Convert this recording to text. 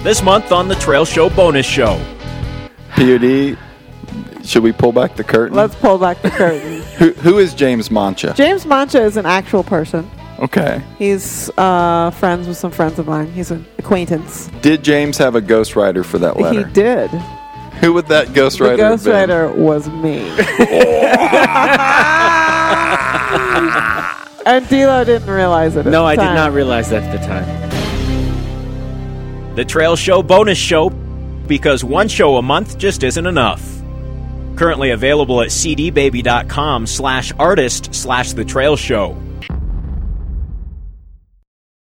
This month on the Trail Show bonus show. PUD, should we pull back the curtain? Let's pull back the curtain. who, who is James Mancha? James Mancha is an actual person. okay. He's uh, friends with some friends of mine. He's an acquaintance. Did James have a ghostwriter for that letter? He did. Who would that The ghostwriter have been? ghostwriter was me. and D'Lo didn't realize it. at No, the I did time. not realize that at the time. The Trail Show bonus show because one show a month just isn't enough. Currently available at cdbaby.com slash artist slash the trail show.